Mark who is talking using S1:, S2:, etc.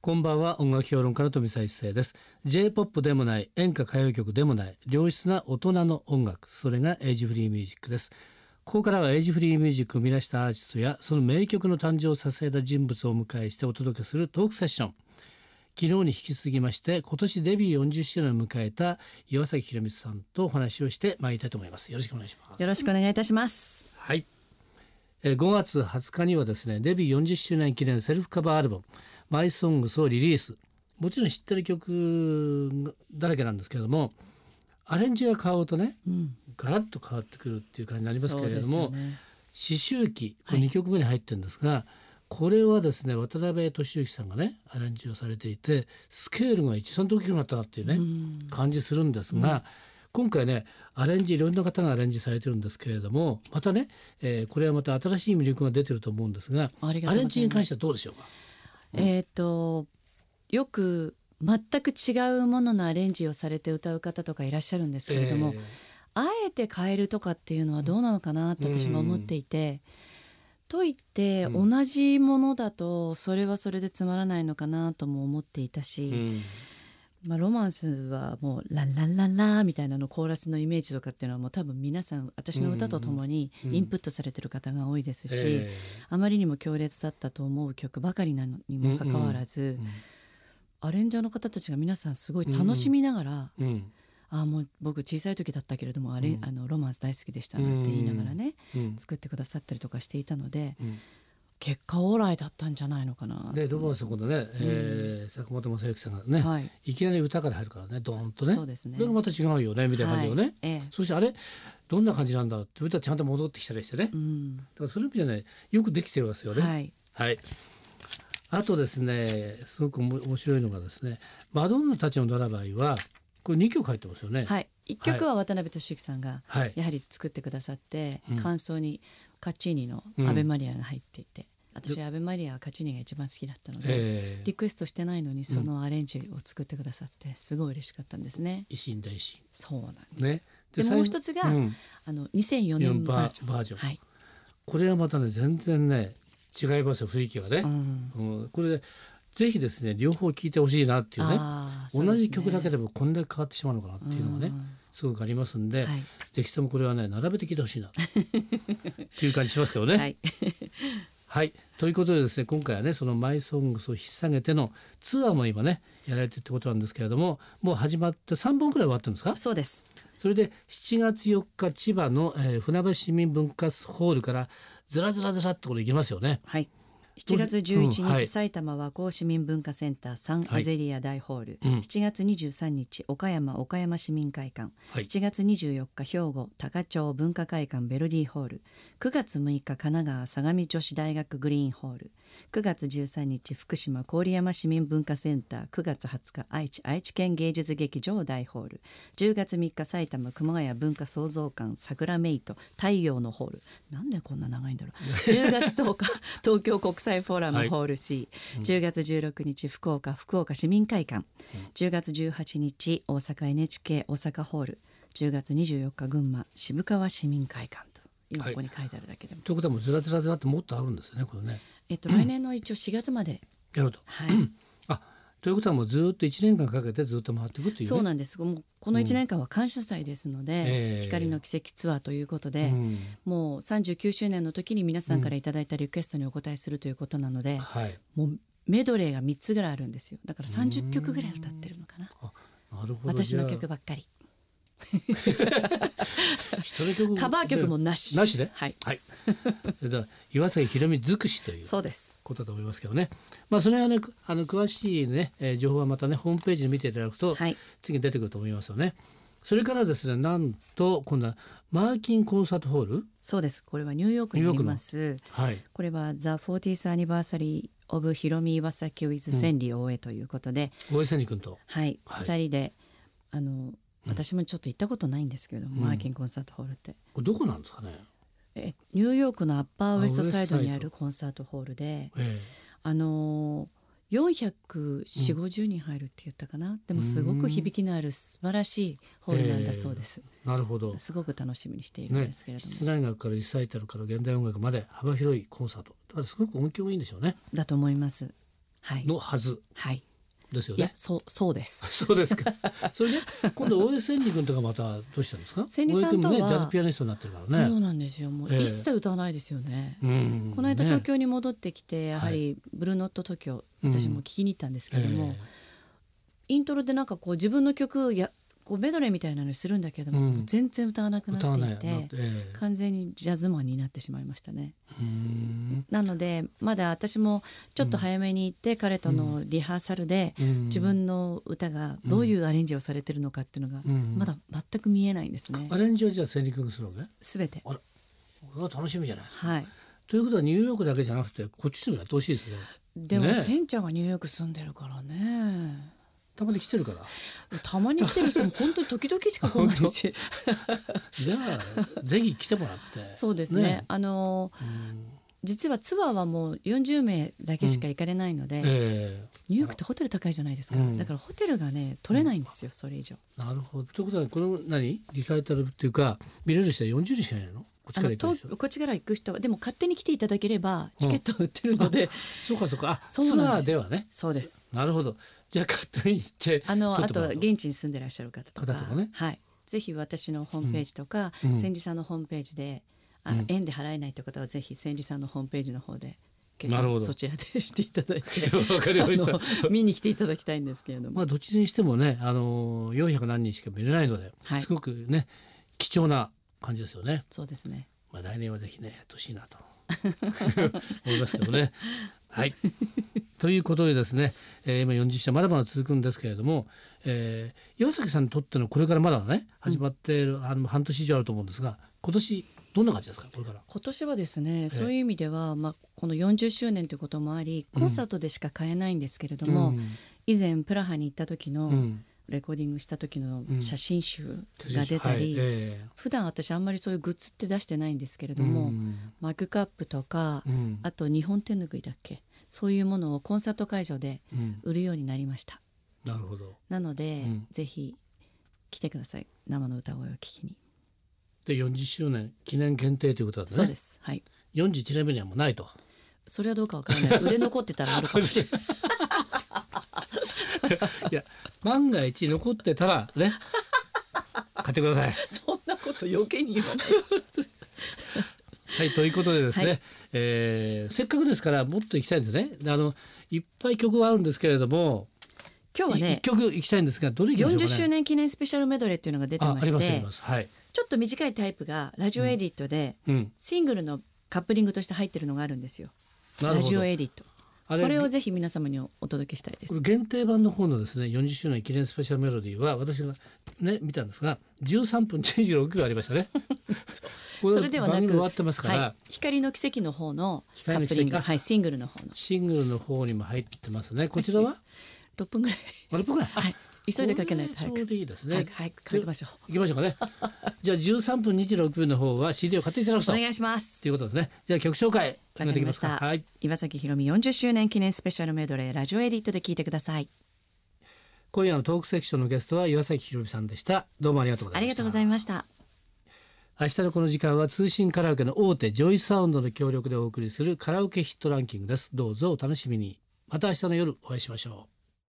S1: こんばんは音楽評論家の富澤一世です J-POP でもない演歌歌謡曲でもない良質な大人の音楽それがエイジフリーミュージックですここからはエイジフリーミュージックを生み出したアーティストやその名曲の誕生を支えた人物をお迎えしてお届けするトークセッション昨日に引き続きまして今年デビュー40周年を迎えた岩崎宏光さんとお話をしてまいりたいと思いますよろしくお願いします
S2: よろしくお願いいたします。
S1: はい、えー5月20日にはですねデビュー40周年記念セルフカバーアルバム「マイソングスをリリースもちろん知ってる曲だらけなんですけれどもアレンジが変わるとね
S2: うん、
S1: ガラッと変わってくるっていう感じになりますけれど
S2: そ
S1: も
S2: うですよ
S1: 刺
S2: ね
S1: 繍記こ
S2: は
S1: れ
S2: い
S1: 2曲目に入ってるんですが、これはですね渡辺俊之さんがねアレンジをされていてスケールが一段と大きくなったなっていうね、
S2: うん
S1: 感じするんですが、今回ねアレンジいろんな方がアレンジされてるんですけれどもまたね、えーこれはまた新しい魅力が出てると思うんですが
S2: あり
S1: ア
S2: がとうございます
S1: レンジに関してはどうでしょうか
S2: えっ、とよく全く違うもののアレンジをされて歌う方とかいらっしゃるんですけれども、
S1: えー
S2: あえて変えるとかっていうのはどうなのかなって私も思っていて。と言って、
S1: うん
S2: 同じものだとそれはそれでつまらないのかなとも思っていたし、
S1: うん
S2: まあ、ロマンスはもう「ランランランラ」みたいなのコーラスのイメージとかっていうのはもう多分皆さん私の歌とともに
S1: うん
S2: インプットされてる方が多いですし、
S1: え
S2: あまりにも強烈だったと思う曲ばかりなのにもかかわらず、
S1: ー
S2: アレンジャーの方たちが皆さんすごい楽しみながら、
S1: うんうん
S2: ああもう僕小さい時だったけれどもあれ、
S1: うん
S2: あのロマンス大好きでしたなって言いながらね、
S1: うん
S2: 作ってくださったりとかしていたので
S1: うん
S2: 結果オーライだったんじゃないのかな。
S1: でロマンスは今度ね、えー坂本正幸さんがね、
S2: はい、
S1: い、きなり歌から入るからねドーンとね
S2: そうですね
S1: それがまた違うよねみたいな感じをね、
S2: はいええ
S1: そしてあれどんな感じなんだって歌ちゃんと戻ってきたりしてね、だ
S2: うん
S1: からそういう意味じゃないよくできてますよね。
S2: はい
S1: はい。あとですね、すごくおも面白いのがですね、マドンナたちのドラマイはこれ二曲入ってますよね。
S2: はい、一曲は渡辺俊之さんが
S1: はい。
S2: やはり作ってくださって、
S1: うん
S2: 感想にカッチーニの
S1: うん
S2: 「アベマリア」が入っていて、私アベマリアはカッチーニが一番好きだったので、
S1: えー
S2: リクエストしてないのにそのアレンジを作ってくださってすごい嬉しかったんですね。
S1: 維新大維新
S2: そうなんです、
S1: ね。
S2: で
S1: 最
S2: もう
S1: 後
S2: 一つが
S1: うん
S2: あの2004年バージョン
S1: バージョン
S2: はい
S1: これはまたね全然ね違いますよ雰囲気がね
S2: う。ん
S1: うん、これぜひですね両方聴いてほしいなっていうね。
S2: あーそうです
S1: 同
S2: ね
S1: じ曲だけでもこんだけ変わってしまうのかなっていうのがね
S2: ん
S1: すごくありますんで、
S2: はい
S1: ぜひともこれはね並べて聴いてほしいなっていう感じしますけどね。
S2: はい
S1: はいということでですね今回はねその「マイ・ソングス」を引っ提げてのツアーも今ねやられてるってことなんですけれどももう始まって3本くらい終わってるんですか
S2: そうです
S1: それで7月4日千葉の、えー船橋市民文化ホールからずらずらずらってこれ行きますよね。
S2: はい7月11日、
S1: うんはい
S2: 埼玉和光市民文化センターサンアゼリア大ホール、
S1: うん
S2: 7月23日岡山岡山市民会館、
S1: はい
S2: 7月24日兵庫高町文化会館ベルディホール9月6日神奈川相模女子大学グリーンホール9月13日福島郡山市民文化センター9月20日愛知愛知県芸術劇場大ホール10月3日埼玉熊谷文化創造館桜メイト太陽のホールなんでこんな長いんだろう10月10日東京国際フォーラムホール C、10月16日福岡福岡市民会館10月18日大阪 NHK 大阪ホール10月24日群馬渋川市民会館と
S1: は
S2: 今こ
S1: い
S2: こに書いてあるだけでも、
S1: ということはもうずらずらずらってもっとあるんですよねこれね。
S2: えっと、来年の一応4月まで、
S1: やると。
S2: はい、
S1: あということはもうずっと1年間かけてずっと回っていくっていうね。
S2: そうなんですもうこの1年間は感謝祭ですので、
S1: ええ
S2: 光の奇跡ツアーということで、
S1: うん
S2: もう39周年の時に皆さんからいただいたリクエストにお答えするということなので、
S1: はい、
S2: もうメドレーが3つぐらいあるんですよだから30曲ぐらい歌ってるのかな
S1: なるほど
S2: 私の
S1: じゃ
S2: 曲ばっかり
S1: あ一人曲
S2: カバー曲もなし
S1: なしで
S2: はい
S1: はい。 それでは岩崎宏美尽くしという。
S2: そうです
S1: ことだと思いますけどね。まあそれはねくあの詳しいね、えー情報はまたねホームページで見ていただくと、
S2: はい
S1: 次に出てくると思いますよね。それからですねなんと今度はマーキンコンサートホール
S2: そうですこれはニューヨークにあります
S1: はい
S2: これは The 40th Anniversary of ヒロミ岩崎 with 千里大江ということで、
S1: 大江千里君と
S2: はい、
S1: はい
S2: 2人であの私もちょっと行ったことないんですけれども、
S1: うん
S2: マーキンコンサートホールって
S1: これどこなんですかね。
S2: えニューヨークのアッパーウエストサイド
S1: あウエストサ
S2: に
S1: イド
S2: あるコンサートホールで
S1: え
S2: あの4 4 0 50人入るって言ったかな、でもすごく響きのある素晴らしいホールなんだそうです、
S1: えなるほど。
S2: すごく楽しみにしているん
S1: ね
S2: ですけれ、ども、
S1: 室内楽からリサイタルから現代音楽まで幅広いコンサートだからすごく音響がいいんでしょうね
S2: だと思いますはい
S1: のはず
S2: はい
S1: ですよ
S2: いや
S1: ね。
S2: そうそうで す
S1: そうですか。それで今度大江千里君とかまたどうしたんですか。
S2: 千里さんとは
S1: 大江君もねジャズピアニストになってるか
S2: そ
S1: らね
S2: う。なんですよもう
S1: ええ
S2: 一切歌わないですよね、
S1: うん
S2: この間
S1: ね
S2: 東京に戻ってきてやはりブルーノット東京、
S1: うん
S2: 私も聞きに行ったんですけれども、
S1: え
S2: イントロでなんかこう自分の曲やこうメドレーみたいなのにするんだけども、
S1: うん
S2: もう全然歌わなく
S1: え
S2: な
S1: 歌わ
S2: っ
S1: な
S2: て
S1: い
S2: いて
S1: なってえ
S2: 完全にジャズマンになってしまいましたね
S1: えうん
S2: なのでまだ私もちょっと早めに行って彼とのリハーサルで
S1: うん
S2: 自分の歌がどういうアレンジをされてるのかっていうのが
S1: うん
S2: まだ全く見えないんですね
S1: アレンジをじゃあ千里君がするわけ。
S2: すべて
S1: これは楽しみじゃないですか。
S2: はい
S1: ということはニューヨークだけじゃなくてこっちでもやってほしいですね。
S2: でも、
S1: ね
S2: せんちゃんがニューヨーク住んでるからね
S1: たまに来てるから。
S2: たまに来てる人も本当に時々しか来ないし
S1: じゃあぜひ来てもらって。
S2: そうですねあの
S1: うん
S2: 実はツアーはもう40名だけしか行かれないので、
S1: え
S2: ニューヨークってホテル高いじゃないですか、
S1: うん
S2: だからホテルがね取れないんですよ、それ以上
S1: えなるほど。ということはこの何リサイタルっていうか見れる人は40人しかいないの？こっちか
S2: あ
S1: ら
S2: の
S1: 行く
S2: と
S1: でしょ。
S2: こっちから行く人はでも勝手に来ていただければ
S1: うん
S2: チケットを売ってるので、
S1: そうかそうか。あ
S2: そう
S1: ツ
S2: な
S1: ア
S2: んで
S1: ー
S2: す
S1: ではね。
S2: そうです
S1: なるほど。じゃあ勝手に行って。
S2: あの
S1: 取
S2: あ
S1: っても
S2: と
S1: らうと
S2: 現地に住んでらっしゃる方とか
S1: 方とかね
S2: はい、ぜひ私のホームページとか、
S1: うん
S2: 千里さんのホームページで、あ
S1: うん
S2: 円で払えないという方はぜひ千里さんのホームページの方で決
S1: なるほ
S2: 算
S1: ど
S2: そちらでしていただい て
S1: わかり
S2: あ
S1: ました
S2: の。見に来ていただきたいんですけれども、
S1: まあどっちにしてもね、あの400何人しか見れないので、
S2: はい
S1: すごくね貴重な感じですよね。
S2: そうですね
S1: まあ来年はぜひねやってほしいな と思いますけどね。はい。ということでですね、えー今40社まだまだ続くんですけれども、えー岩崎さんにとってのこれからまだね始まっている、あの半年以上あると思うんですが、今年どんな感じですかこれから。
S2: 今年はですね、そういう意味では、まあ、この40周年ということもありコンサートでしか買えないんですけれども、
S1: ん
S2: 以前プラハに行った時の、
S1: うん
S2: レコーディングした時の写真集が出た
S1: はい
S2: り、
S1: え
S2: 普段私あんまりそういうグッズって出してないんですけれ
S1: ー
S2: ど
S1: う
S2: も、
S1: ん
S2: マグカップとか、
S1: うん
S2: あと日本手ぬぐいだっけそういうものをコンサート会場で
S1: うん
S2: 売るようになりました
S1: なるほど。
S2: なので、
S1: うん
S2: ぜひ来てください生の歌声を聞きに、
S1: で40周年記念限定ということなんです
S2: そう
S1: ね。
S2: ですはい
S1: 41年目にはもうないと。
S2: それはどうかわから ない売れ残ってたらあるかもしれない
S1: いや万が一残ってたら ね買ってください。
S2: そんなこと余計に言わない
S1: はいということでですね、
S2: は
S1: えーせっかくですからもっと行きたいんですね。であのいっぱい曲はあるんですけれども、
S2: 今日はいね
S1: 一曲行きたいんですがどれ行きましょ
S2: 40
S1: うか
S2: 周
S1: ね。
S2: 年記念スペシャルメドレーっていうのが出て
S1: あ
S2: ま
S1: あり
S2: し
S1: ますあり
S2: て
S1: ます。はい。
S2: ちょっと短いタイプがラジオエディットで、
S1: うん。
S2: シングルのカップリングとして入ってるのがあるんですよ
S1: な
S2: ラ
S1: るほ
S2: ジ
S1: ど
S2: オ。エディット
S1: あ
S2: こ
S1: れ
S2: れをぜひ皆様にお届けしたいで
S1: これ
S2: す
S1: 限定版の方のですね40周年記念スペシャルメロディーは私がね見たんですが13分26秒ありましたね。こ
S2: それではな
S1: 番
S2: く
S1: 組終わってますから、
S2: はい、光の奇跡の方の
S1: 光
S2: カ
S1: の
S2: ッ
S1: 奇跡
S2: プリング
S1: あ
S2: はいシングルの方の
S1: シングルの方にも入ってますね。こちらは
S2: 6分ぐらい
S1: 丸っぽくない。あ
S2: はい急いでかけないと早
S1: これちょう
S2: く
S1: どいいですね。
S2: 早く早くかけましょ
S1: 行
S2: う
S1: きましょうか ね。じゃあ13分26分の方は CD を買っていただくと
S2: お
S1: と
S2: 願いします
S1: いうことですね。じゃあ曲紹介お願い
S2: わか
S1: でき
S2: りま
S1: ま
S2: し
S1: すか。
S2: た、
S1: はい。
S2: 岩崎宏美40周年記念スペシャルメドレーラジオエディットで聞いてください
S1: 今夜のトークセクションのゲストは岩崎宏美さんでした。どうもありがとうござ
S2: あ
S1: いま
S2: り
S1: し
S2: がと
S1: た。
S2: うございました
S1: 明日のこの時間は通信カラオケの大手ジョイサウンドの協力でお送りするカラオケヒットランキングです。どうぞお楽しみに。また明日の夜お会いしましょう。